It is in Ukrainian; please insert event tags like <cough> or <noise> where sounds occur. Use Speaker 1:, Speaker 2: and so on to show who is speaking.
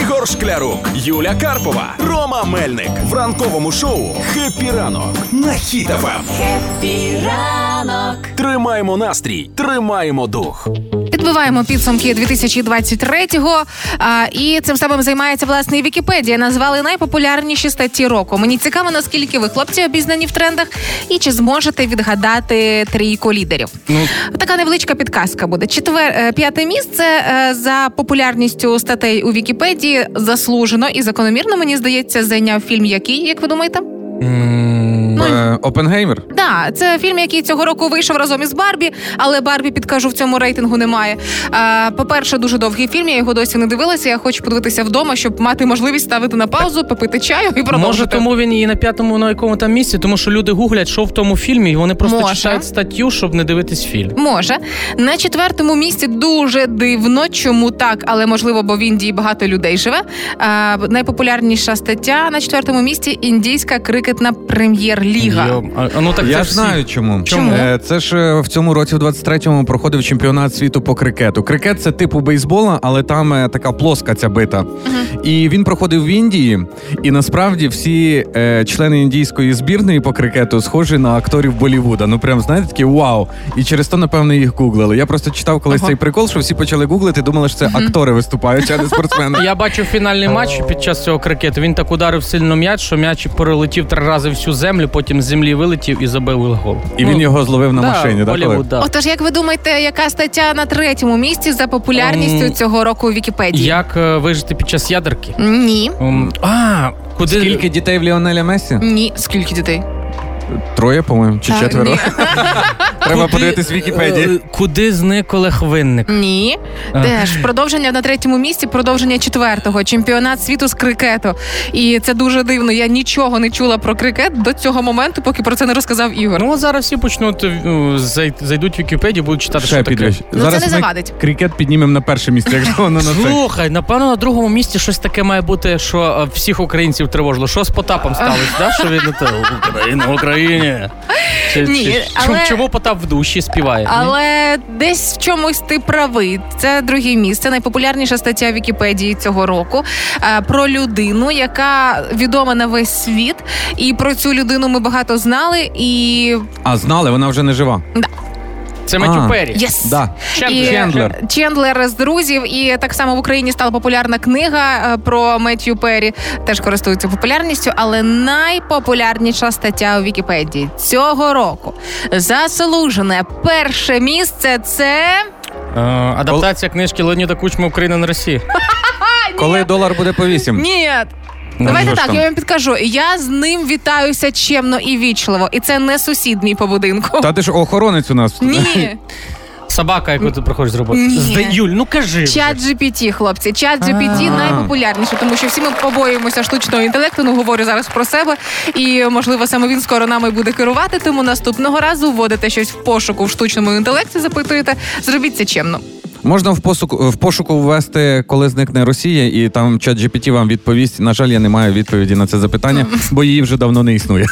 Speaker 1: Ігор Шклярук, Юля Карпова, Рома Мельник в ранковому шоу «Хеппі ранок» на хітафам.
Speaker 2: Піранок.
Speaker 1: Тримаємо настрій, тримаємо дух.
Speaker 3: Підбиваємо підсумки 2023-го, а, і цим самим займається власне і Вікіпедія. Назвали найпопулярніші статті року. Мені цікаво, наскільки ви хлопці обізнані в трендах, і чи зможете відгадати трійку лідерів. така невеличка підказка буде. Четвер е, п'яте місце е, за популярністю статей у Вікіпедії заслужено і закономірно мені здається зайняв фільм. Який, як ви думаєте?
Speaker 4: М, е,
Speaker 5: Ну,
Speaker 4: Опенгеймер.
Speaker 3: Да, це фільм, який цього року вийшов разом із Барбі, але Барбі підкажу в цьому рейтингу немає. Е, по-перше, дуже довгий фільм. Я його досі не дивилася. Я хочу подивитися вдома, щоб мати можливість ставити на паузу, попити чаю і продовжити.
Speaker 5: Може, тому він і на п'ятому на якому там місці, тому що люди гуглять, що в тому фільмі, і вони просто
Speaker 3: Може.
Speaker 5: читають статтю, щоб не дивитись фільм.
Speaker 3: Може на четвертому місці дуже дивно, чому так, але можливо, бо в Індії багато людей живе. Е, найпопулярніша стаття на четвертому місці індійська крикетна прем'єр-ліга.
Speaker 5: А, а, ну так це
Speaker 4: Я
Speaker 5: всі.
Speaker 4: знаю чому.
Speaker 3: Чому?
Speaker 4: Е, Це ж е, в цьому році, в 23-му, проходив чемпіонат світу по крикету. Крикет це типу бейсбола, але там е, така плоска ця бита. І він проходив в Індії. І насправді всі е, члени індійської збірної по крикету схожі на акторів Болівуда. Ну прям знаєте, такі вау. І через то, напевно, їх гуглили. Я просто читав колись
Speaker 3: Ага.
Speaker 4: цей прикол, що всі почали гуглити, думали, що це актори виступають, а не спортсмени.
Speaker 5: <laughs> Я бачив фінальний матч під час цього крикету. Він так ударив сильно м'яч, що м'яч перелетів три рази всю землю, потім з землі вилетів і забив гол. Ну,
Speaker 4: І він його зловив на машині, так?
Speaker 5: Голівуд, да.
Speaker 3: Отож, як ви думаєте, яка стаття на третьому місці за популярністю
Speaker 5: Ем,
Speaker 3: цього року у Вікіпедії?
Speaker 5: Як е, вижити під час ядерки?
Speaker 3: Ні.
Speaker 5: М, А, куди
Speaker 4: Скільки дітей в Ліонеля Месі?
Speaker 3: Ні, скільки дітей?
Speaker 4: Троє, по-моєму, чи
Speaker 3: Та,
Speaker 4: четверо.
Speaker 3: ні.
Speaker 4: <laughs> Треба
Speaker 5: куди,
Speaker 4: подивитись в Вікіпедії.
Speaker 5: е, Куди зник Олег Винник?
Speaker 3: Ні.
Speaker 5: А.
Speaker 3: Теж продовження на третьому місці, продовження четвертого, чемпіонат світу з крикету. І це дуже дивно. Я нічого не чула про крикет до цього моменту, поки про це не розказав Ігор.
Speaker 5: Ну зараз всі почнуть е, зай- зайдуть в Вікіпедію, будуть читати,
Speaker 4: Ще
Speaker 5: що таке.
Speaker 4: підвищ.
Speaker 3: Ну,
Speaker 4: Зараз
Speaker 3: це не
Speaker 4: ми
Speaker 3: завадить.
Speaker 4: крикет піднімемо на перше місце, якщо воно на це.
Speaker 5: Слухай, напевно, на другому місці щось таке має бути, що е, всіх українців тривожило. Що з Потапом сталося? да? Що він е, те, Україна, Україні. Чи-
Speaker 3: Ні,
Speaker 5: чи-
Speaker 3: але-
Speaker 5: Чому Потап в душі співає? Ні?
Speaker 3: Але десь в чомусь ти правий. Це друге місце. Найпопулярніша стаття Вікіпедії цього року е, про людину, яка відома на весь світ. І про цю людину ми багато знали. І
Speaker 4: А знали, вона вже
Speaker 3: <laughs>
Speaker 4: не жива.
Speaker 5: Це Меттю
Speaker 4: А.
Speaker 5: Перрі.
Speaker 3: Єс!
Speaker 4: Да.
Speaker 5: Чемпіон.
Speaker 3: І
Speaker 4: Чендлер.
Speaker 3: Чендлер з друзів, і так само в Україні стала популярна книга е, про Меттью Перрі. Теж користується популярністю, але найпопулярніша стаття у Вікіпедії цього року заслужене перше місце. Це
Speaker 5: Е, Адаптація книжки Леоніда Кучма Україна на Росії.
Speaker 4: Коли долар буде по вісім?
Speaker 3: ні.
Speaker 4: Ну,
Speaker 3: Давайте
Speaker 4: що ж
Speaker 3: так,
Speaker 4: там?
Speaker 3: я вам підкажу. Я з ним вітаюся чемно і вічливо, і це не сусід мій по будинку.
Speaker 4: Та ти ж охоронець у нас.
Speaker 3: Ні,
Speaker 5: Собака, яку ти приходиш з роботи.
Speaker 3: Ні.
Speaker 5: Зда- Юль, ну кажи. вже.
Speaker 3: чат GPT, хлопці. Чат GPT
Speaker 4: А.
Speaker 3: найпопулярніше, тому що всі ми побоюємося штучного інтелекту. Ну говорю зараз про себе. І можливо, саме він скоро нами буде керувати. Тому наступного разу вводите щось в пошуку в штучному інтелекті, запитуєте. Зробіть це чемно.
Speaker 4: <laughs> Можна в пошуку в пошуку ввести, коли зникне Росія,
Speaker 3: <laughs>
Speaker 4: і там чат GPT вам відповість. На жаль, я не маю відповіді на це запитання, бо її вже давно не існує.